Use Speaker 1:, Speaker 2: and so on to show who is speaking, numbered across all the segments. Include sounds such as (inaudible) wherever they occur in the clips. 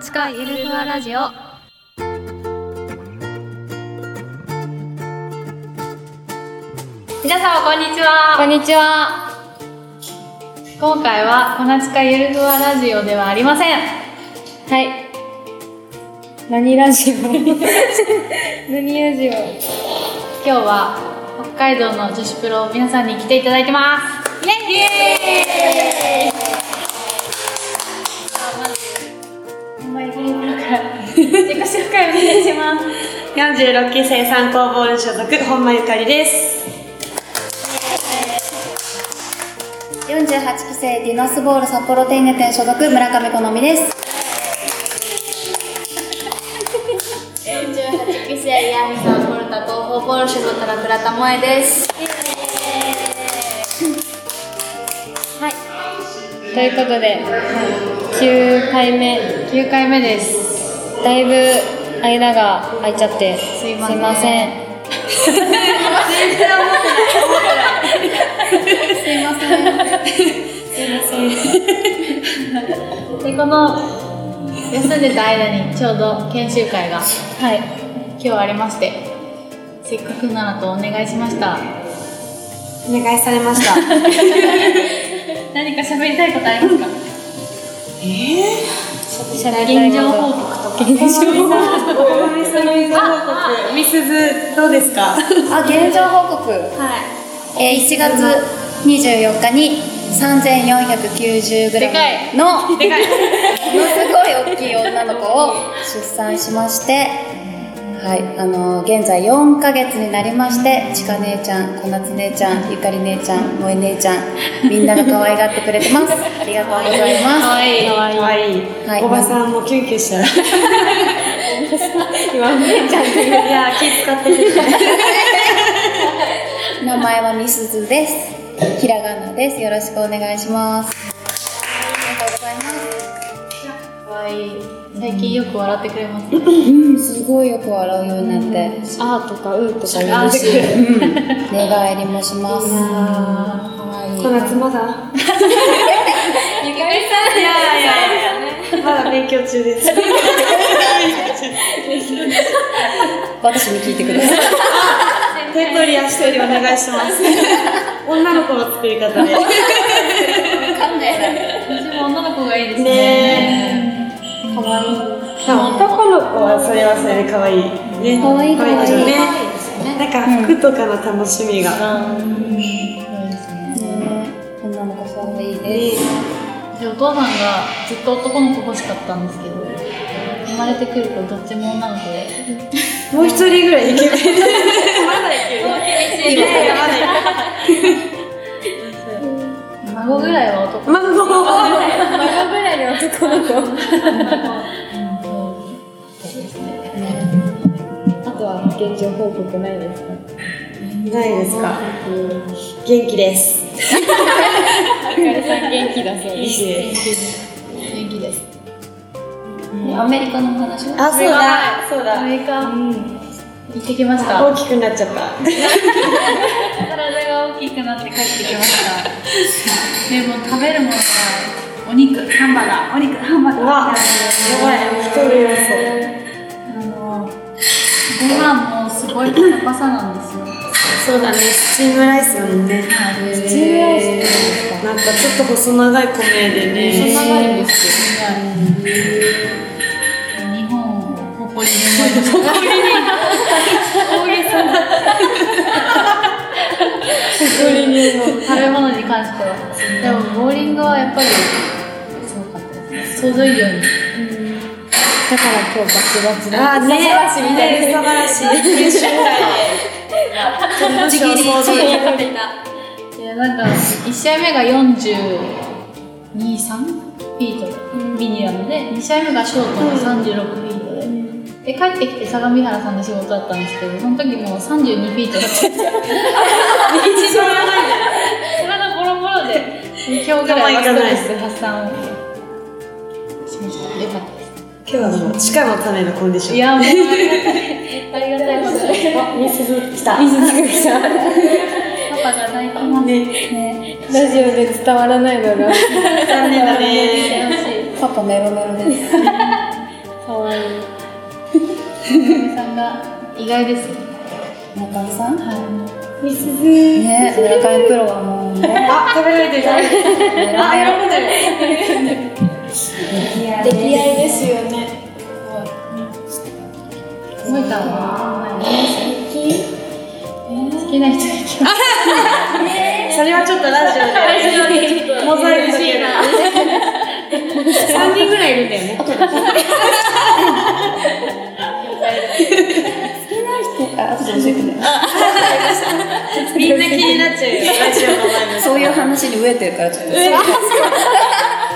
Speaker 1: つかゆるふわラジオ皆様こんにち
Speaker 2: こん
Speaker 1: は
Speaker 2: にちは。
Speaker 1: 今回はこなつかゆるふわラジオではありません
Speaker 2: はい。何ラジオ何ラジオ
Speaker 1: 今日は北海道の女子プロ皆さんに来ていただいてますイエーイまず本番ゆるふわから自己紹介お願いします
Speaker 3: 46期生産工ボール所属本間ゆかりです
Speaker 2: 48期生ディナスボール札幌テイネ店所属村上好みです。
Speaker 1: 48期生ヤミさんポルタ東方ポルシェの田倉智恵です。
Speaker 2: ということで、9回目、
Speaker 1: 9回目です。
Speaker 2: だいぶ間が空いちゃって、
Speaker 1: すいません
Speaker 2: せん
Speaker 1: でこの休んでた間にちょうど研修会が
Speaker 2: はい。
Speaker 1: 今日ありまして、せっかくならとお願いしました。
Speaker 3: お願いされました
Speaker 1: (laughs) 何か喋りたいことありますか？
Speaker 3: えー
Speaker 2: しゃべりたい
Speaker 1: 現
Speaker 2: こ
Speaker 1: 状
Speaker 2: と
Speaker 1: 報告とか。
Speaker 2: 現状
Speaker 3: おまみさんの映像報告みすずどうですか
Speaker 2: あ、現状報告。
Speaker 3: はい
Speaker 2: えー、1月24日に3490グ
Speaker 1: でか
Speaker 2: ラ
Speaker 1: い
Speaker 2: ムのものす
Speaker 3: でかい
Speaker 2: ごい大きい女の子を出産しまして、はい、あのー現在4ヶ月になりましてちか姉ちゃん小夏姉ちゃんゆかり姉ちゃん萌え姉ちゃんみんなが可愛がってくれてますありがとうございます
Speaker 1: 愛い
Speaker 3: かわいい
Speaker 2: はい
Speaker 3: おばさんもキュンキュン (laughs) したら今お姉ちゃんっていういやー気使ってる
Speaker 2: 名前はみすずですひらがなですよろしくお願いしますありがとうございます
Speaker 1: 可愛い最近よく笑ってくれます、ね。
Speaker 2: うんすごいよく笑うようになって、
Speaker 3: あーとかうーと
Speaker 1: (laughs)
Speaker 3: か言
Speaker 1: あ
Speaker 3: わ
Speaker 1: ー
Speaker 3: れてくる
Speaker 2: 寝返りもします。かわいい。
Speaker 3: 小夏まだ
Speaker 1: ゆかりさん
Speaker 3: いやいやいやまだ勉強中です
Speaker 2: 私に聞いてください。
Speaker 3: 手取り足取りお願いします女の子の作り方で
Speaker 1: 私も女の子がいいですね。
Speaker 3: ね
Speaker 1: 可愛い
Speaker 3: でも男の子はそれはそれで可愛いね。
Speaker 2: 可愛い
Speaker 3: 可愛いよね
Speaker 2: 可。
Speaker 3: なんか服とかの楽しみが。
Speaker 2: 女の子かわいい
Speaker 3: ね
Speaker 2: です。
Speaker 1: でお父さんがずっと男の子欲しかったんですけど生まれてくる子どっちも女の子で
Speaker 3: もう一人ぐらいイケメン。まだイケメン。いやいやまだイケ
Speaker 1: 孫ぐらいは男
Speaker 3: メン。孫。
Speaker 2: 孫ぐらいの男の子。
Speaker 1: ですね
Speaker 4: あとは現状報告ないですか。
Speaker 3: ないですか。元気 (laughs) です。
Speaker 4: 元気だそうです。
Speaker 1: 元気です
Speaker 2: アメリカの話は。
Speaker 3: あ、そうだ。そう
Speaker 1: ア
Speaker 3: だ。
Speaker 1: メリカ行ってきました
Speaker 3: 大きくなっちゃった。
Speaker 1: 体が大きくなって帰ってきましたでも食べるものがお肉ハンバーガーお肉ハンバー
Speaker 3: う
Speaker 1: ガ
Speaker 3: わ、や
Speaker 1: ー
Speaker 3: ばい。太る要
Speaker 1: あのご飯もすごいパサパサなんですよ
Speaker 3: 素。そうだね。スチームライスだもんね。
Speaker 1: はい
Speaker 2: チームライスって
Speaker 3: なんかちょっと細長い米でね。
Speaker 1: 長いんですよ。日本を誇りに思いました。誇りに。大げさな。食べ物に関しては。でもボーリングはやっぱりすごかったです。想像以上に。
Speaker 4: だから今日バチバチだ。
Speaker 3: あ、ね。素晴らしいみたいな。素晴らしい。練習会で。ちぎり。
Speaker 1: いやなんか1試合目が423フィートミニアムで2試合目がショートの36フィートで、で帰ってきて相模原さんの仕事だったんですけどその時もう32フィートだ
Speaker 3: (laughs)
Speaker 1: ったんですよ (laughs)
Speaker 3: 一番やばいね。
Speaker 1: 体ボロボロで今日ぐらいはストレス発散をしましたよかったです
Speaker 3: 今日はもう地下のためのコンディション
Speaker 1: いやもうありがたいありがたいことで
Speaker 3: あミスズ来たミス
Speaker 1: パパが泣いてます
Speaker 3: ね
Speaker 4: ラジオで伝わらないのが。
Speaker 3: 残念だね
Speaker 2: パパメロメロです。
Speaker 4: かわいい。
Speaker 1: かみさんが意外ですね。
Speaker 2: 村上さん
Speaker 1: は
Speaker 3: みすず
Speaker 2: ね村上プロはもうね
Speaker 3: あ、食べられてる。あ、喜んでる。
Speaker 2: 出
Speaker 3: 出来合いですよね。
Speaker 1: い。萌えたんは、好きな人いきます。
Speaker 3: それはちょっとラジ
Speaker 1: (laughs)
Speaker 3: オ (laughs) で。モザイクしいな。三人ぐらいいるんだよね。
Speaker 2: あ後で教えてね
Speaker 3: (laughs) みんな気になっちゃうよ。ラジオの前
Speaker 2: そういう話に飢えてるからちょっと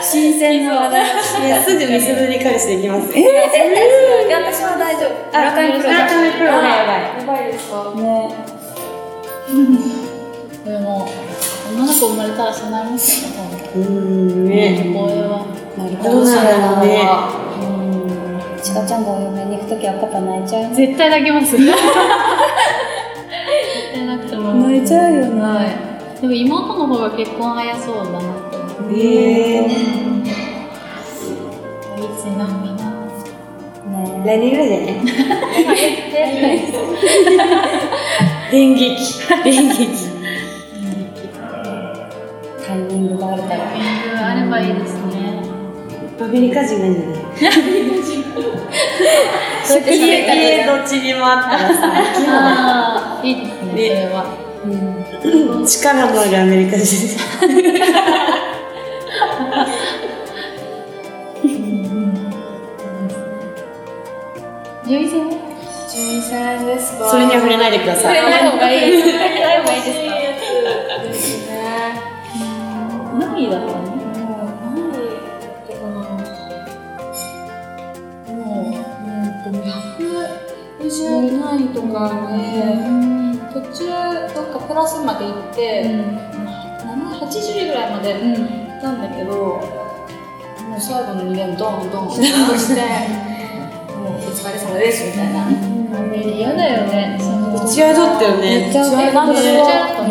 Speaker 2: 新鮮な話題
Speaker 3: に。いや、すぐみすずに返していきます。
Speaker 2: えー、絶対する私は大丈夫
Speaker 3: あ
Speaker 2: 村上プロだ
Speaker 3: 村上プロねやばい
Speaker 4: やばいですか
Speaker 2: ね
Speaker 1: でも、女の子生まれたらそんなもんですよ、多分。
Speaker 3: うーんね。
Speaker 1: これは。
Speaker 2: なるほ
Speaker 3: ど
Speaker 2: ど
Speaker 3: うなんだろうね。
Speaker 2: ちかちゃんがお嫁に行くときはパパ泣いちゃうね
Speaker 1: 絶対泣けます。絶対泣くと思う。
Speaker 2: 泣いちゃうよね
Speaker 1: はい。でも妹の方が結婚早そうだなって思う。
Speaker 3: えー
Speaker 1: いつになるかな。
Speaker 2: ね
Speaker 3: 来年ぐらいだよね。電撃。電撃。
Speaker 2: タイミングがあるから
Speaker 1: タイミングあればいいですね。
Speaker 3: アメリカ人なんじゃない職
Speaker 2: 職
Speaker 3: 家
Speaker 2: 業
Speaker 3: 家どっちにもあったらさ
Speaker 1: ああ、いいですね、それは。
Speaker 3: 力のあるアメリカ人
Speaker 1: 女優さん
Speaker 4: 12歳ですか
Speaker 3: それには触れないでください
Speaker 1: ない方がいい。ない方がいい
Speaker 4: い
Speaker 1: で
Speaker 4: いですね
Speaker 1: す。ナミだったね。
Speaker 4: 何だったかなもう、うんと、120単位とかね、途中、なんかプラスまで行って、7 80ぐらいまで行ったんだけど、もう最後の2年ドンドンドンして、もうお疲れ様ですみたいな。
Speaker 1: 嫌だよね。その
Speaker 3: 打ち合いだったよ
Speaker 2: めっ
Speaker 3: ね
Speaker 2: ちゃ
Speaker 4: えなんかそ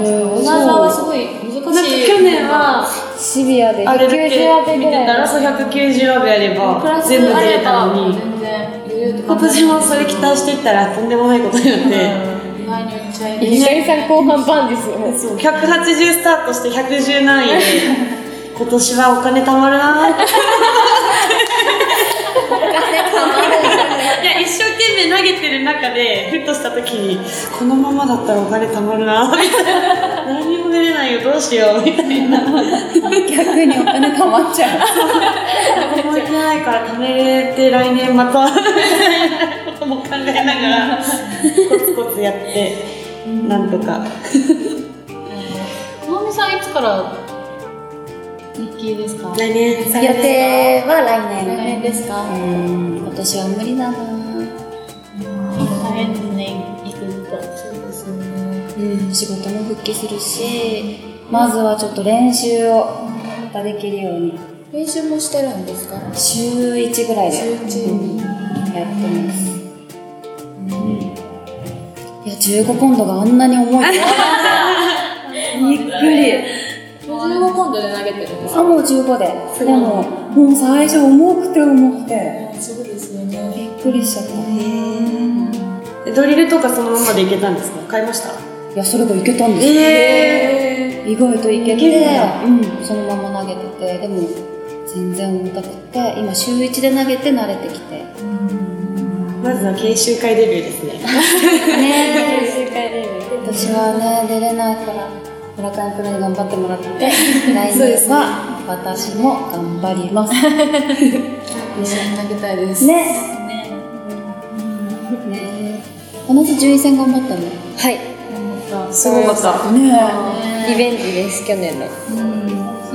Speaker 4: れオナザはすごい
Speaker 3: なん
Speaker 4: 難
Speaker 3: か
Speaker 4: しい。
Speaker 3: 去年は
Speaker 2: シビアで
Speaker 3: あれだけ
Speaker 2: 190アベ
Speaker 3: 見
Speaker 2: ぐ
Speaker 3: て
Speaker 2: らい
Speaker 3: たらそう190アベあれ
Speaker 4: プラ
Speaker 3: ば
Speaker 4: ス
Speaker 3: 全部
Speaker 4: あ
Speaker 3: 出
Speaker 4: れ
Speaker 3: れた
Speaker 4: ば
Speaker 3: のに
Speaker 4: 全然余裕とか
Speaker 3: 今年もそれ期待していったらとんでもないことになって
Speaker 4: 意外に言っちゃい
Speaker 3: きなり
Speaker 2: さん後半バンですよ (laughs) ね
Speaker 3: そう180スタートして110何位 (laughs) で今年はお金貯まるな (laughs) ーっていや一生懸命投げてる中でふっとした時にこのままだったらお金貯まるなみ (laughs) たいな何にも出れないよどうしようみたいな
Speaker 2: 逆にお金たまっちゃう
Speaker 3: 思い出ないから貯めて来年また (laughs) ことも考えながらコツコツやってなんとか
Speaker 1: まみさんいつから日記ですか
Speaker 3: 来年
Speaker 2: 予定は来
Speaker 4: 来
Speaker 2: 年
Speaker 4: 年ですか
Speaker 2: うん今年は無理だなう
Speaker 1: 大変ですね、行くと。
Speaker 2: ん仕事も復帰するしまずはちょっと練習をまたできるように
Speaker 4: 練習もしてるんですか
Speaker 2: 週1ぐらいで
Speaker 4: 週一
Speaker 2: うんやってます、いや15ポンドがあんなに重いびっくり
Speaker 4: 15ポンドで投げてるんです
Speaker 2: あ
Speaker 4: か
Speaker 2: もう15ででももう最初重くて重くて
Speaker 4: そうですよね
Speaker 2: びっくりしちゃった
Speaker 3: えドリルとかそのままでいけたんですか買いました
Speaker 2: いやそれがいけたんですよ
Speaker 3: ええ
Speaker 2: 意外といけ
Speaker 3: いけるん
Speaker 2: て
Speaker 3: だ
Speaker 2: うん、そのまま投げててでも全然重たくて今週1で投げて慣れてきて
Speaker 3: まずは研修会デビューですね
Speaker 2: ね私はね出れないから村上プロに頑張ってもらって (laughs) 来年は私も頑張ります
Speaker 4: 一緒に投げたいです
Speaker 2: ね (laughs) ね同じ順位戦頑張ったのはい
Speaker 3: すごかった
Speaker 2: リベンジです去年の
Speaker 1: す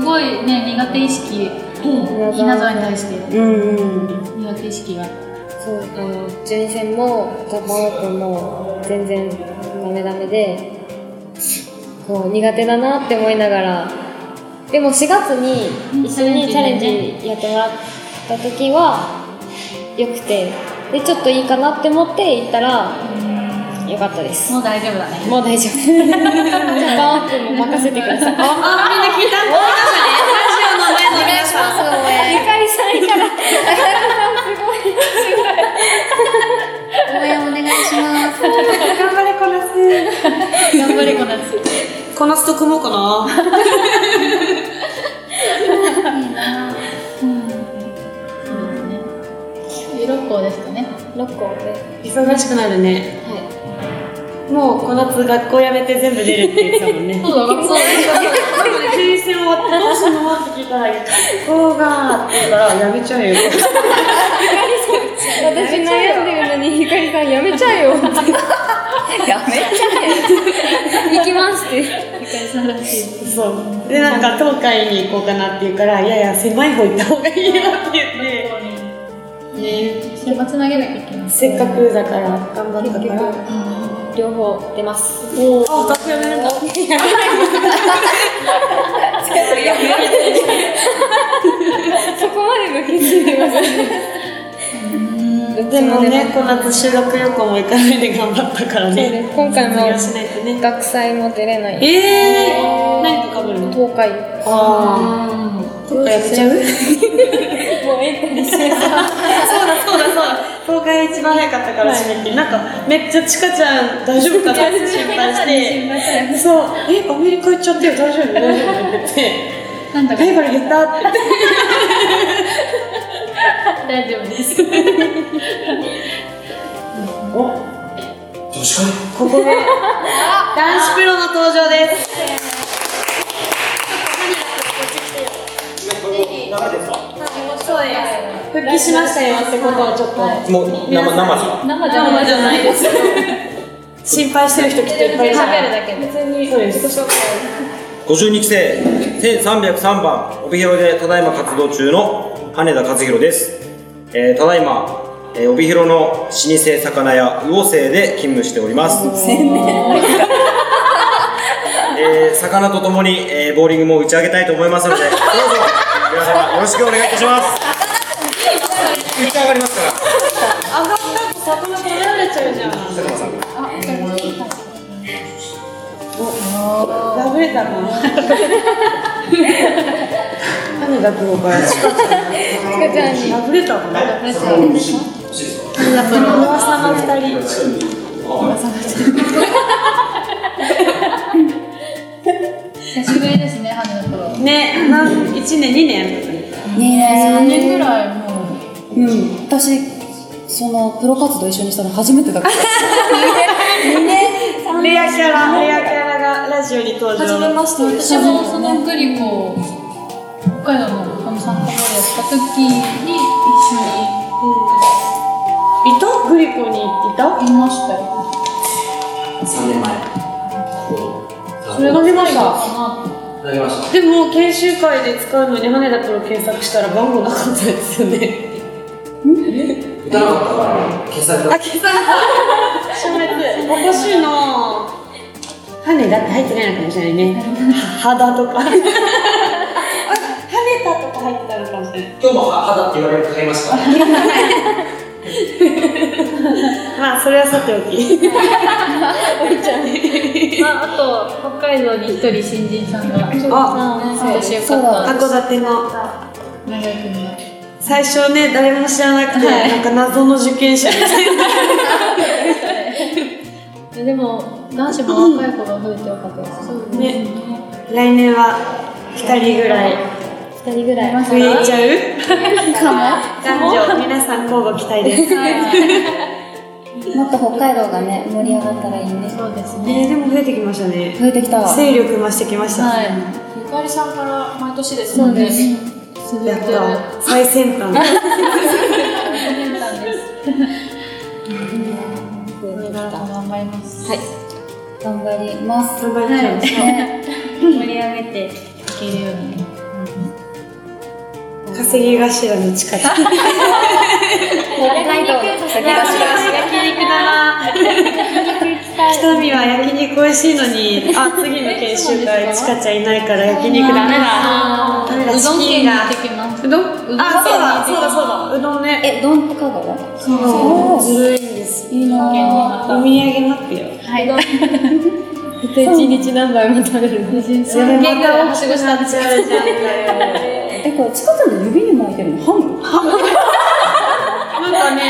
Speaker 1: ごいね、苦手意識、稲沢に対して
Speaker 2: うんうん
Speaker 1: 苦手意識があって。
Speaker 2: そうあの順位戦もジャパンオープンも全然ダメダメでこう苦手だなって思いながらでも4月に一緒にチャレンジやってもらった時はよくてでちょっといいかなって思って行ったらよかったです
Speaker 1: もう大丈夫だね。
Speaker 2: もう大丈夫ジャパンオープンも任せてください
Speaker 3: あみんな聞いたんだ
Speaker 2: (laughs) お願いします。ゆかりさんから。あやかさんすごい。
Speaker 3: こなすと組もうかな。
Speaker 1: 六校ですかね。
Speaker 2: 六校で
Speaker 3: 忙しくなるね。
Speaker 4: は
Speaker 3: もうこの夏学校辞めて全部出るって言ってたもん (laughs) ね。
Speaker 1: そうだ、そう
Speaker 3: なので推薦終わってどうすんのって聞いたら「こうが」って言うから「やめちゃえよ」
Speaker 5: 私悩んでるのにひかりさんやめちゃえよって
Speaker 2: やめちゃ
Speaker 5: (laughs) 行きますって
Speaker 3: そうでなんか東海に行こうかなって言うから「いやいや狭い方行った方がいいよ」って言って、ね、
Speaker 1: 選抜投げなきゃいけない。
Speaker 3: せっかくだから頑張ったから
Speaker 5: 両方出ます
Speaker 3: あ学校やめるんだ
Speaker 2: えやめ
Speaker 5: そこまでの決意では
Speaker 3: でもねこの夏修学旅行も行かないで頑張ったからね
Speaker 5: 今回
Speaker 3: 卒業
Speaker 5: も
Speaker 3: しないとね
Speaker 5: 学祭も出れない
Speaker 3: えー、何とかぶるの
Speaker 5: 東海
Speaker 3: ああ東海やめちゃう
Speaker 5: もうエントリーして
Speaker 3: そうだそうだそうだ東海一番早かったから締め切りなんかめっちゃちかちゃん大丈夫かなって心配してそう「えアメリカ行っちゃってよ大丈夫大丈夫」って言 (laughs) って
Speaker 1: なんだ
Speaker 3: 「
Speaker 1: か
Speaker 3: ライバル言った」って言って
Speaker 1: 大丈夫です。
Speaker 3: お
Speaker 6: 女子会
Speaker 3: ここで男子プロの登場です
Speaker 6: 生ですか
Speaker 3: そうです復帰しましたよってことをちょっと
Speaker 6: もう
Speaker 3: 皆
Speaker 6: 生
Speaker 3: さん
Speaker 6: 生ですか
Speaker 1: 生じゃない。
Speaker 3: ないです心配してる人きっといっぱいいるから
Speaker 5: だけで
Speaker 3: そうです
Speaker 6: 52期生1303番帯広でただいま活動中の羽田和弘です、えーただいま、えー帯広の老舗魚屋魚生で勤務しておりますえー魚とともに、えーボーリングも打ち上げたいと思いますのでどうぞ皆様よろしくお願いいたします打ち上がりますから
Speaker 3: 上がったと魚食べられちゃうじゃん
Speaker 6: 佐久間さん
Speaker 3: ラブレターかな。羽田君からチカちゃんにラブレターかな。ラブレター。噂の二人。
Speaker 1: 久しぶりですね、羽田プロ。
Speaker 3: ね、なん一年二年。
Speaker 1: 3
Speaker 2: ね
Speaker 1: 年ぐらいもう。
Speaker 2: えうん私そのプロ活動一緒にしたの初めてだから
Speaker 3: レアキャラレアキャラがラジオに登
Speaker 2: 初め
Speaker 3: 場。
Speaker 2: まして
Speaker 1: 私もそのグリコ北海道のこの参加までやった時に一緒
Speaker 3: いたグリコにいた？
Speaker 1: にいました (laughs) よ。
Speaker 7: 3年前
Speaker 1: それ
Speaker 3: 飲みました
Speaker 1: 最後かな
Speaker 7: 投げました
Speaker 3: でも研修会で使うのに羽田プロ検索したら番号なかったですよね。
Speaker 7: 打たなかったから消された
Speaker 3: あ、消さ消滅。おかしいなぁ。羽田って入ってないのかもしれないね。肌とか。あ、羽田とか入ってたのかもしれない。
Speaker 7: 今日も肌って言われると買いました
Speaker 3: (laughs) まあ、それはさておき。
Speaker 1: まあ、あと北海道に一人新人さんが
Speaker 3: あ、
Speaker 1: 私よかった
Speaker 3: 函館の。
Speaker 1: 長井君が
Speaker 3: 最初ね、誰も知らなくて、なんか謎の受験者みたいな。
Speaker 1: いやでも男子も若い子が増えてよかったですそう
Speaker 3: ね、来年は二人ぐらい
Speaker 5: 2人ぐらい
Speaker 3: 増えちゃう男女、皆さん交互期待です。
Speaker 2: もっと北海道がね盛り上がったらいいね
Speaker 1: そうですね
Speaker 3: ね、でも増えてきましたね。
Speaker 2: 増えてきたわ
Speaker 3: 勢力増してきました。
Speaker 1: はい
Speaker 4: い。ゆかりさんから毎年ですもんね。
Speaker 1: 続い
Speaker 3: やって
Speaker 1: る
Speaker 3: た。最先端。
Speaker 1: これからも頑張ります
Speaker 2: 頑張ります
Speaker 3: 頑張りましょう
Speaker 5: 盛り上げて
Speaker 1: いけるように
Speaker 3: 稼ぎ頭の近く。 (laughs) 焼
Speaker 5: 北海道
Speaker 3: 肉だな。人見は焼肉美味しいのに、あ、次の研修会、ちかちゃんいないから焼肉ダメだ。ダメだ、
Speaker 1: うど
Speaker 3: チ
Speaker 1: ん
Speaker 3: キン
Speaker 1: 県に行っ
Speaker 3: が
Speaker 1: て。きます
Speaker 3: うどんあ、そうだ、そうだ、そうだ、うどんね。
Speaker 2: えどんと香川
Speaker 3: そう、ずるいんです。
Speaker 2: いいな
Speaker 1: 県にま
Speaker 3: お
Speaker 1: た
Speaker 3: 土産待ってよ。
Speaker 5: 絶対1日何杯も食べるの
Speaker 3: それまたはしごしたっちゃうじゃんだよ。
Speaker 2: えこれちかちゃんの指に巻いてるのハムハ
Speaker 3: なんか
Speaker 2: ムな
Speaker 3: ね、
Speaker 2: んで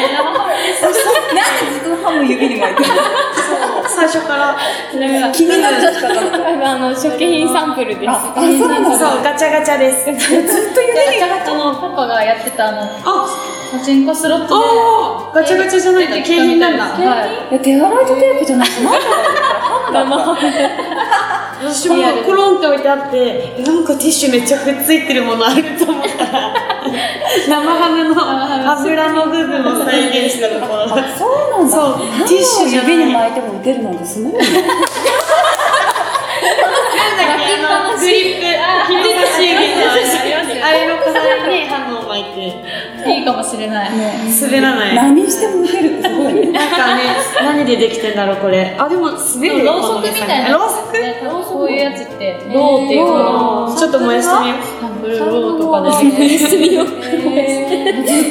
Speaker 2: 自分ハム指に巻いてるの
Speaker 3: 3最初から。
Speaker 2: 気になっちゃったから
Speaker 5: あの、食品サンプルです。
Speaker 2: あ、そうなんだ
Speaker 3: そう、ガチャガチャです。
Speaker 1: ガチャガチャのパパがやってたあの
Speaker 3: あ、
Speaker 1: パチンコスロットで
Speaker 3: あー、ガチャガチャじゃないって景品なんだ。
Speaker 1: はい
Speaker 2: いや手洗いとテープじゃなくてなんだ
Speaker 3: 私もコロンって置いてあって、えなんかティッシュめっちゃくっついてるものあると思ったら、生ハムの油の部分を再現したところだった。
Speaker 2: (laughs) そうなんだ
Speaker 3: そう
Speaker 2: ハムを
Speaker 3: ティッシュじゃない
Speaker 2: 指に巻いても打てるなんてすごいね
Speaker 3: あのグリップ、人差し指のあれの代わりにハムを巻いて、
Speaker 1: いいかもしれない
Speaker 3: 滑らない。
Speaker 2: 何しても打てるってすごいね
Speaker 3: なんかね、 (laughs) 何でできてんだろう、これ。あ、でも、滑るよ。
Speaker 1: ろうそくみたいな
Speaker 3: ろうそく
Speaker 1: ねこういうやつってローっていうの
Speaker 3: ちょっと燃やしてみよう。
Speaker 1: ブルーローとかですね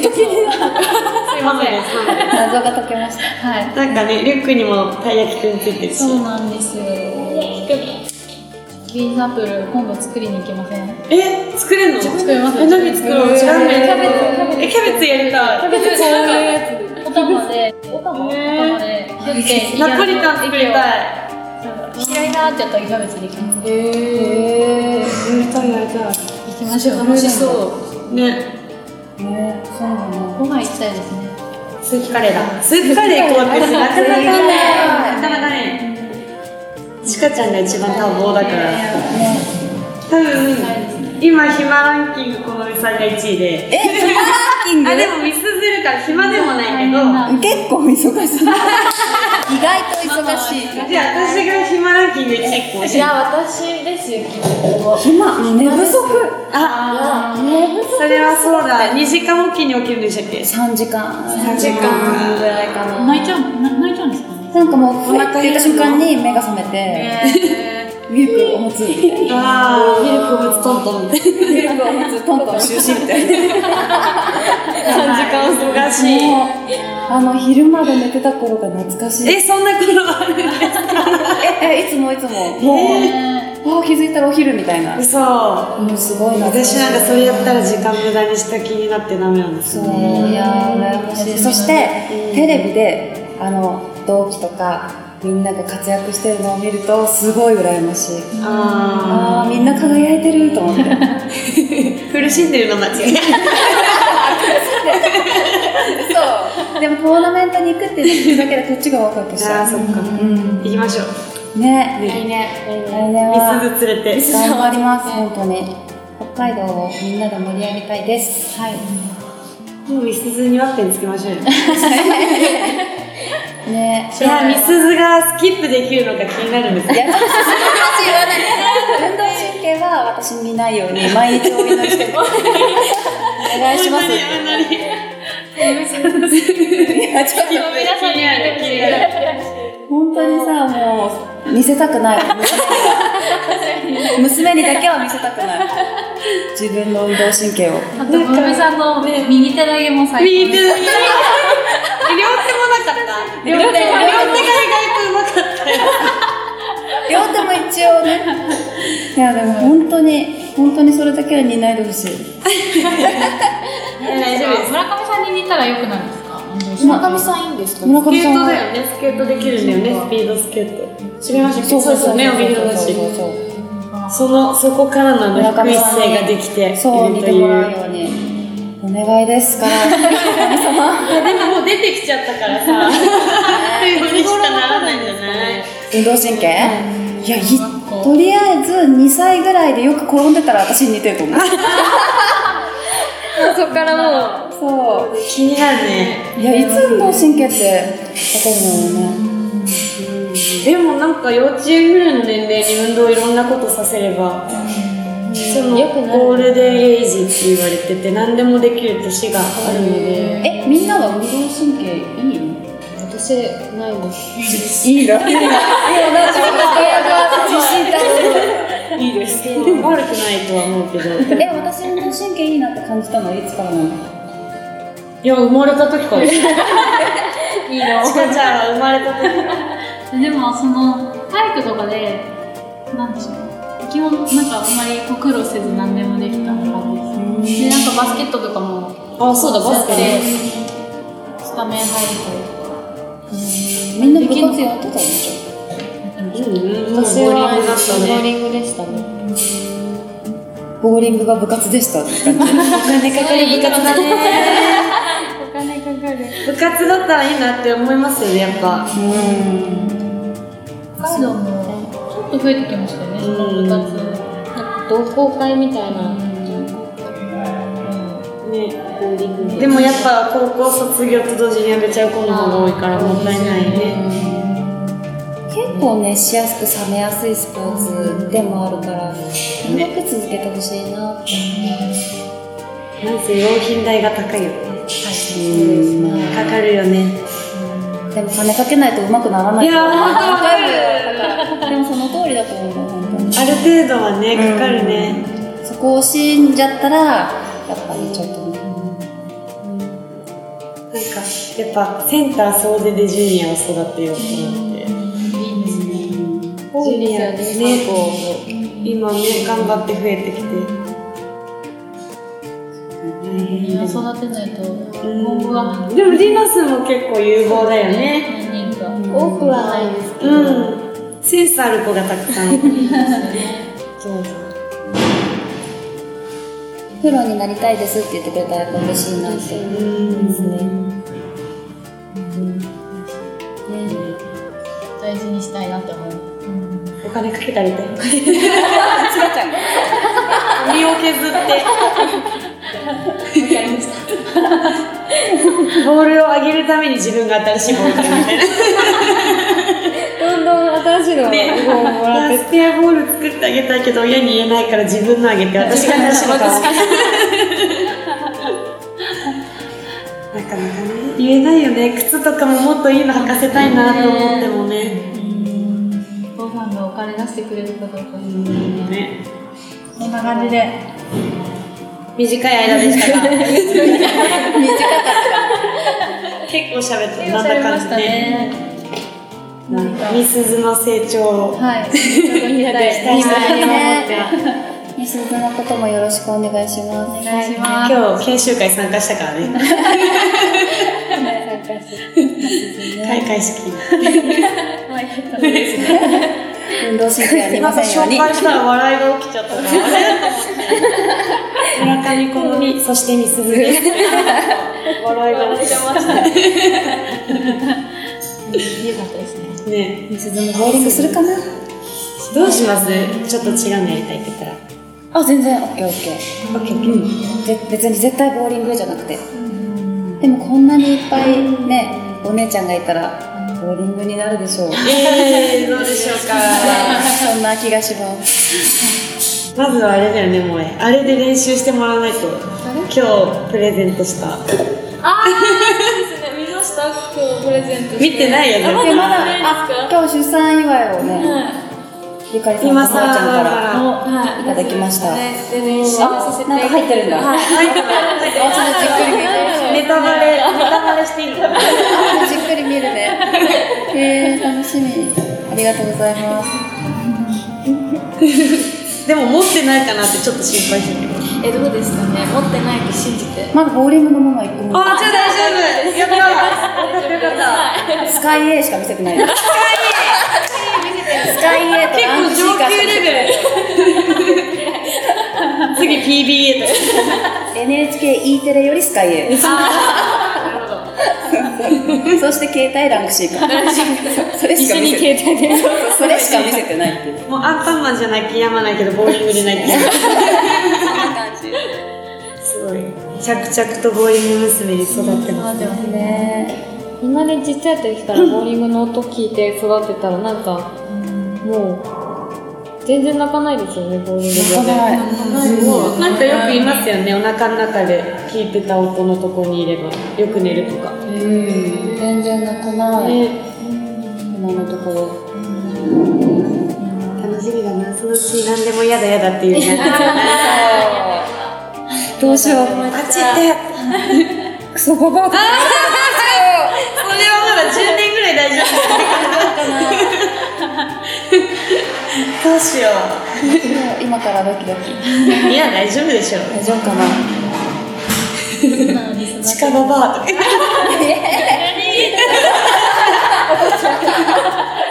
Speaker 3: すいません。
Speaker 2: (laughs) 謎が解けました
Speaker 1: はい
Speaker 3: なんかね、リュックにもたい焼きくんついてるし
Speaker 1: そ。うなんですよビーナップル今度作りに行きません
Speaker 3: え、作れんの
Speaker 1: 作ります
Speaker 3: え、何作ろう知らない。
Speaker 1: キャベツ
Speaker 3: え、キャベツやりたい。
Speaker 1: キャベツこういうやつお玉でお玉お玉でキャベ (laughs) ツ
Speaker 3: ナポリタン作りたい。
Speaker 1: 嫌いなってやったらキャベツできます
Speaker 2: へえ
Speaker 3: やりたい、やりた
Speaker 1: 行きましょう楽しそう
Speaker 3: い。ね、
Speaker 2: ねそうだね
Speaker 1: ご飯行きたいですね
Speaker 3: スープカレーだ。スープカレー行こうって、なかなかね、なかなかね、ちかちゃんが一番多忙だから。多分、今暇ランキングこのみさんが1位で。
Speaker 2: えヒマランキング
Speaker 3: あ、でもミスずるから暇でもないけど、
Speaker 2: 結構忙しい意外と忙しい
Speaker 3: じゃあ私が暇ランキング1位こうしよう
Speaker 5: 私ですよ、
Speaker 2: 暇寝不足
Speaker 3: あ、それはそうだ。2時間おきに起きるんでしたっけ
Speaker 2: 3時間
Speaker 3: 3時間
Speaker 2: ぐらいかな
Speaker 1: 泣いちゃうな泣いちゃうんですかね
Speaker 2: なんかもうふわって言った瞬間に目が覚めて (laughs) ミルクを持つみたいな
Speaker 3: ああ、ミルクを打つトントンみた (laughs) い
Speaker 2: ミルクを持つトントン就寝みたいな
Speaker 3: な。3時間忙しい。
Speaker 2: もうあの昼まで寝てた頃が懐かしい
Speaker 3: え、そんなことある
Speaker 2: ええいつもいつ
Speaker 3: (laughs)
Speaker 2: ももう、あー気づいたらお昼みたいな
Speaker 3: 嘘。
Speaker 2: もうすごい懐かし
Speaker 3: 私
Speaker 2: い
Speaker 3: なんかそれやったら時間無駄にした気になってダメなんです
Speaker 2: そ
Speaker 3: よ。
Speaker 2: ういやー羨ましいそしてテレビであの同期とかみんなが活躍してるのを見るとすごい羨ましい
Speaker 3: あ
Speaker 2: あーみんな輝いてると思
Speaker 3: (laughs)
Speaker 2: って
Speaker 3: あ、苦しんでるの間違いない。
Speaker 2: そうでもトーナメントに行くって言うだけでこっちがワクワクしち
Speaker 3: あ
Speaker 2: ゃ
Speaker 3: あ、そっ
Speaker 2: う
Speaker 3: か。
Speaker 2: うん
Speaker 3: 行きましょう。
Speaker 2: ね
Speaker 3: ね
Speaker 2: 来年は
Speaker 3: ミスず連れて。
Speaker 2: 頑張ります本当に北海道をみんなで盛り上げたいですはい
Speaker 3: もうミスずにワッペンつけましょうよ。
Speaker 2: ね
Speaker 3: いや、ミスずがスキップできるのか気になるんです
Speaker 2: いや、そんな話言わない。運動神経は私見ないように毎日お祈りしてる。お願いします。い
Speaker 3: あんまり。
Speaker 2: や、ちょっと
Speaker 3: 皆さんに会えて
Speaker 2: 本当にさ、もう見せたくない。娘に娘にだけは見せたくない。自分の運動神経を。
Speaker 1: あと、むめさんの右手投げも最高
Speaker 3: 右手の右手両手もなかった両手両手が意外とうまかったよ
Speaker 2: 両手も一応ね。いや、でも本当に、本当にそれだけは担いでほしい。
Speaker 3: 大丈夫です
Speaker 1: 村上さんに似たら良くなるんですか
Speaker 2: 村上さんいいんですか村
Speaker 3: スケ
Speaker 2: 上
Speaker 3: ート
Speaker 2: さん
Speaker 3: だよねスケートできるんだよねスピードスケート知りましたっけそうですよね帯広だし
Speaker 2: そうそうそう
Speaker 3: そのそこからの
Speaker 2: 村
Speaker 3: 低
Speaker 2: 上
Speaker 3: い
Speaker 2: さんに
Speaker 3: 姿勢ができて
Speaker 2: そう、
Speaker 3: い
Speaker 2: 似
Speaker 3: ると
Speaker 2: て
Speaker 3: い
Speaker 2: もらうように。お願いです (laughs) から。
Speaker 3: でももう出てきちゃったからさ最後にしかならないんじゃない
Speaker 2: 運動神経、いやいとりあえず2歳ぐらいでよく転んでたら私に似てると (laughs) 思う
Speaker 5: そこからもう、
Speaker 2: そ
Speaker 3: 気になるね
Speaker 2: ういやいつ運動神経って分かるのよね
Speaker 3: (laughs) でもなんか幼稚園ぐらいの年齢に運動をいろんなことさせればそのゴールデンエイジって言われてて何でもできる年があるので
Speaker 2: えみんなは運動神経いいの
Speaker 5: 私、ないんです。
Speaker 2: いいのいいのなんか (laughs) 自信
Speaker 3: いいですけど悪くないとは思うけどい
Speaker 2: え私運動神経いいなって感じたのはいつからなの
Speaker 3: や生まれた時から (laughs) いいのちかちゃんは生まれた時から
Speaker 1: でもその体育とかでなんでしょうね基本なんかあんまりこう苦労せず何でもできたって感じですでなんかバスケットとかも
Speaker 3: あそうだバスケ
Speaker 1: やっ
Speaker 3: ね
Speaker 1: てスタメン入ると
Speaker 2: みんな部活やってたんでしょ
Speaker 5: 私はボーリングでしたね。
Speaker 2: ボーリングが部活でしたって感じお金かかる部活だね
Speaker 5: お金かかる。
Speaker 3: 部活だったらいいなって思いますよねやっぱ
Speaker 1: 北海道もちょっと増えてきましたよね、その部活。
Speaker 5: なんか同好会みたいな。
Speaker 3: でもやっぱ高校卒業と同時に辞めちゃう子の方が多いからもったいないね
Speaker 2: 結構熱しやすく冷めやすいスポーツでもあるからうまく続けてほしいなって
Speaker 3: なんせ用品代が高いよねうんかかるよね
Speaker 2: でも金かけないとうまくならないい
Speaker 3: やー
Speaker 2: わ
Speaker 3: わかる
Speaker 2: でもその通りだと思う本当に
Speaker 3: ある程度はねかかるね
Speaker 2: そこを死んじゃったらやっぱりちょっとね
Speaker 3: なんかやっぱセンター総出でジュニアを育てようと思ってジュニアですね今ね頑張って増えてきて
Speaker 1: みんな育てないと、今後が
Speaker 3: でもリナスも結構有望だよね
Speaker 1: 何人か。
Speaker 5: 多くはないですけど。
Speaker 3: うんセンスある子がたく (laughs) さんいるそう
Speaker 2: プロになりたいですって言ってくれたらやっぱ嬉しいなって
Speaker 1: 大事にしたいなって思う。
Speaker 3: お金かけたりたい。違う。身を削って。 (laughs) ボールを上げるために自分が新しいボールを買うみたい
Speaker 5: どんどん新しいのをもら
Speaker 3: な。
Speaker 5: って。
Speaker 3: スペアボール作ってあげたいけど親に言えないから自分のあげて私が新しい
Speaker 1: (laughs)
Speaker 3: の買おう。なかなかね言えないよね。靴とかももっといいの履かせたいなと思ってもね。
Speaker 1: ご飯がお金出してくれるかどうか。
Speaker 3: ね
Speaker 1: こんな感じで。
Speaker 3: 短い間でした
Speaker 1: (laughs)
Speaker 3: が。短かった。結構喋った。なんだかんだね。
Speaker 1: ね。
Speaker 3: なんかみすずの成長を
Speaker 1: はい。
Speaker 3: 期待したいなと思って
Speaker 2: (laughs) 西津のこともよろしくお願いします
Speaker 1: お願いします。
Speaker 3: 今日研修会参加したからね開会式
Speaker 2: 運動神経あり
Speaker 3: な
Speaker 2: ま
Speaker 3: んか
Speaker 2: せんよう
Speaker 3: 紹
Speaker 2: に
Speaker 3: 介したら笑いが起きちゃった (laughs) から村上好みそしてみすずです笑いが起きちゃっ
Speaker 1: よかったですね。
Speaker 3: たね
Speaker 2: みすずもボーリングするかな
Speaker 3: どうしますちょっと違うのやりたいって言ったら
Speaker 2: あ全然オッケーオッケー
Speaker 3: オッケーオッケー
Speaker 2: ぜ別に絶対ボーリングじゃなくてでもこんなにいっぱいねお姉ちゃんがいたらボーリングになるでしょう
Speaker 3: えー、どうでしょうか
Speaker 2: そんな気がします
Speaker 3: まずはあれだよね萌えあれで練習してもらわないと今日プレゼントした
Speaker 4: 見ました今日プレゼント
Speaker 3: 見てないよね
Speaker 2: でまだあ今日出産祝いをね、ゆかりさんと
Speaker 3: 今
Speaker 2: ま
Speaker 3: さ
Speaker 2: ちゃんから
Speaker 4: はい
Speaker 2: いただきました
Speaker 4: ねで練習させ
Speaker 2: あ
Speaker 4: て
Speaker 2: なんか入ってるんだ
Speaker 4: はい
Speaker 3: ネタバレ、ネタバレしていいのかな
Speaker 2: あ (laughs) じっくり見るねえー、楽しみありがとうございます
Speaker 3: でも持ってないかなってちょっと心配してる。
Speaker 4: えどうですかね持ってないと信じて
Speaker 2: まだボーリングのものは一個も
Speaker 3: あ、じゃあ大丈夫。やった。よかったよかった。
Speaker 2: スカイ A しか見せて
Speaker 3: (laughs)
Speaker 2: ないスカイ A とラン
Speaker 3: 結
Speaker 2: シー
Speaker 3: 構
Speaker 2: カー
Speaker 3: 上級
Speaker 2: し
Speaker 3: レベル。 (laughs) 次 PBA とか。
Speaker 2: か NHKE テレよりスカイ A そして携帯ランク
Speaker 3: (laughs)
Speaker 2: C かそれしか見せてないそうそうそれしか見せてないっていう
Speaker 3: もうアンパンマンじゃなきゃやまないけどボーリングでないって。すごい。着々とボーリング娘に育ってます。
Speaker 5: こんなにちっちゃい時からボーリングの音聞いて育ってたらなんか、もう全然泣かないですよねボーリングで、
Speaker 3: なんかよく言いますよね。お腹の中で聞いてた音のとこにいればよく寝るとか。
Speaker 2: うん全然泣かない
Speaker 3: ね。
Speaker 2: 今のところ
Speaker 3: 楽しみだな。そのうち何でも嫌だ嫌だっていうね。
Speaker 2: どうしよう
Speaker 3: あっち行って。
Speaker 2: クソババアだ
Speaker 3: それはまだ10年ぐらい大丈夫どうしよ
Speaker 2: 今からドキドキ
Speaker 3: ういや大丈夫でしょう
Speaker 2: 大丈夫かな
Speaker 4: (laughs)
Speaker 3: 近場バーとか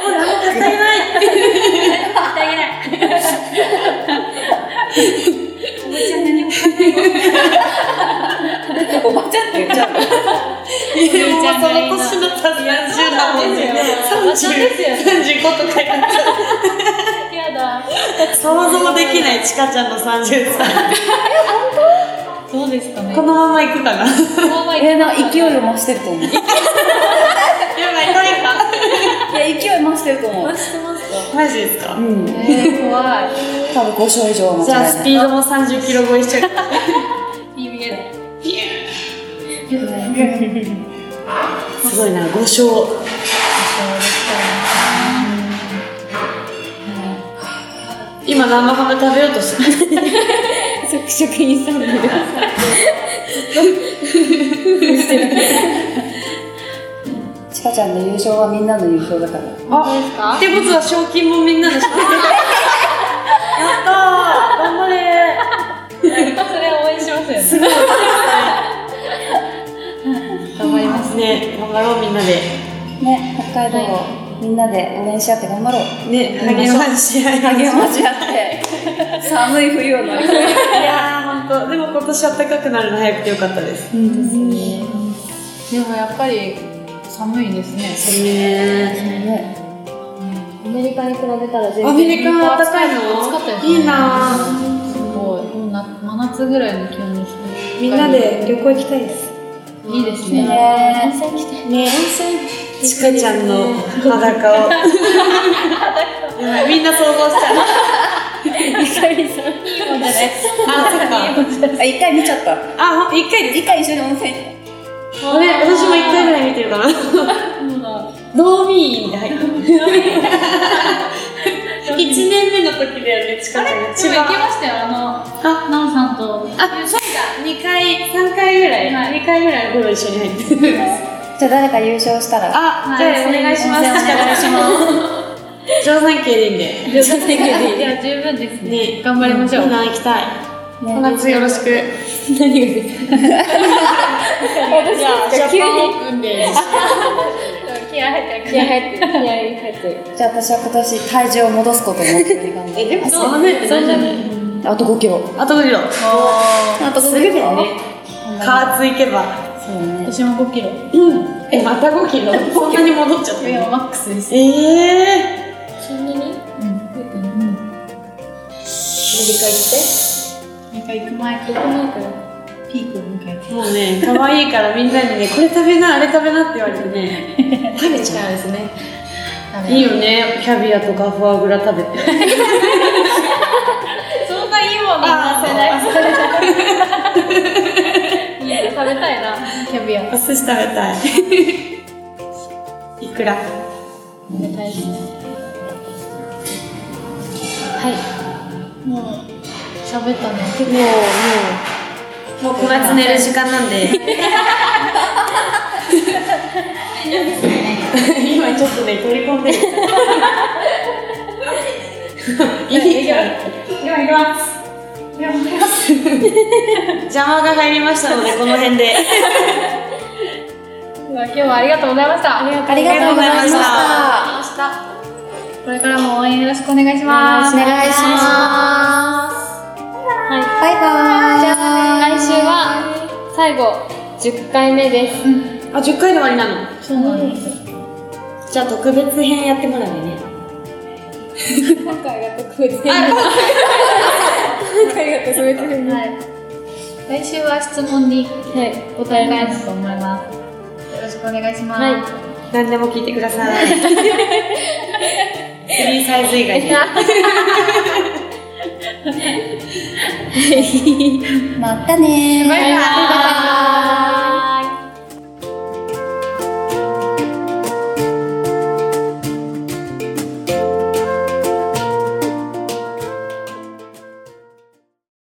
Speaker 3: ほら
Speaker 2: おばちゃんって言っちゃうの
Speaker 3: いやもうその年になったら30だもんね。30、35とかやっちゃ
Speaker 1: やだ。
Speaker 3: う。想像できないちかちゃんの30歳。
Speaker 1: どうですかね。
Speaker 3: このまま行くかな。や
Speaker 2: えな勢いを増してると思うい
Speaker 3: ばい、誰か。
Speaker 2: や勢い増してると思う
Speaker 3: マジですか
Speaker 1: えー、怖い。
Speaker 2: 多分5勝以上は間違
Speaker 3: じゃあ
Speaker 2: いな
Speaker 3: ス
Speaker 2: い
Speaker 3: ピードも30キロ超えしちゃう。
Speaker 1: BBS。
Speaker 3: すごいな、5勝。今生ハム食べようとしてる
Speaker 5: 職職員さんの
Speaker 2: ちかちゃんの優勝はみんなの優勝だから
Speaker 3: ってことは賞金もみんな (laughs) でしょやったー頑張れー
Speaker 5: (laughs)
Speaker 1: それは応援しますよね。
Speaker 3: 頑張りますね頑張ろうみんなで
Speaker 2: ね北海道をみんなで応援し合って頑張ろう
Speaker 3: ね励まし合いましょう
Speaker 2: 励まし合って寒い冬を乗り越えよ
Speaker 3: いやー本当でも今年暖かくなるの早くてよかったです
Speaker 1: でもやっぱり寒いですね。
Speaker 3: 寒いね
Speaker 2: うね
Speaker 5: アメリカに比べたら全然
Speaker 3: アメリカは暖かい
Speaker 1: 暑かったです
Speaker 3: の
Speaker 1: ね
Speaker 3: いいなー
Speaker 1: すごい。もうな真夏ぐらいの気温ですね。
Speaker 8: みんなで旅行行きたいです。
Speaker 1: いいですね。
Speaker 2: ね
Speaker 3: ねちかちゃんの裸をやばいみんな想像しちゃうあそっか
Speaker 2: あ一回見ちゃった
Speaker 3: あほん一回です
Speaker 2: 一回一緒に温泉行っ
Speaker 3: ね私も一回ぐらい見てるかなドーミーンで入った1年目の時だよね近くに
Speaker 1: で
Speaker 3: 千
Speaker 1: も行き
Speaker 3: 葉
Speaker 1: ましたよ。あ
Speaker 3: あ
Speaker 1: の、ナオさんと。
Speaker 3: あ、そうだ、2回、3回ぐらい、
Speaker 1: は
Speaker 3: 2回ぐらいごろ一緒に入ってる。
Speaker 2: たじゃあ誰か優勝したら
Speaker 3: あ、じゃあお願いします。お願いし (laughs) ます。定山系でいいんで。
Speaker 1: 十分いや、十分ですね。
Speaker 3: ね
Speaker 1: 頑張りましょう。
Speaker 3: 今行きたい。この夏よろしく。
Speaker 5: 私
Speaker 3: ジャ
Speaker 5: たちが急
Speaker 3: パン
Speaker 5: に
Speaker 3: オープンで。
Speaker 1: 気合入ってる
Speaker 5: 気合入ってる気合入ってる
Speaker 2: じゃあ私は今年体重を戻すことを目標に頑張
Speaker 3: え、でもそんなね、そんなね。
Speaker 2: るあと5キロ
Speaker 3: あと5キロ。
Speaker 2: あと5キロだね
Speaker 3: 加圧いけば。
Speaker 2: そうね
Speaker 1: 私も5キロ。
Speaker 3: うん。え、また5キロこんなに戻っちゃった。
Speaker 1: いや、マックスです。
Speaker 3: ええ
Speaker 5: そんなに
Speaker 1: なんか行く前とかピークを迎えて。
Speaker 3: ー。もうね、可愛いからみんなにね、これ食べな、あれ食べなって言われてね。食べちゃうですね。いいよね、キャビアとかフォアグラ食べて。
Speaker 1: そんないいもの
Speaker 3: あー
Speaker 1: せない。いいな食べたいな。キャビア。
Speaker 3: お寿司食べたい。いくら。
Speaker 1: 食べたいですね。はい。もう喋ったね。結構
Speaker 3: もう小夏寝る時間なんで。今ちょっとね、取り込んでる。 (laughs) いいよ。今行きます。邪魔が入りましたので、この辺で。
Speaker 1: 今日はありがとうございました。
Speaker 2: ありがとうございました
Speaker 1: これからも応援よろしくお願いします。
Speaker 2: お願いしますバイバイじゃ
Speaker 5: 来週は最後10回目です
Speaker 3: あ、10回で終わりなの。
Speaker 1: そうなんです。
Speaker 3: じゃあ特別編やってもらうね。
Speaker 5: 今回が特別今回が特別編はい
Speaker 1: 来週は質問に答え
Speaker 5: え
Speaker 1: 返すと思います。よろしくお願いします。
Speaker 5: はい
Speaker 3: 何でも聞いてください。フリーサイズ以外で。
Speaker 2: あまたねー
Speaker 1: バイバイ。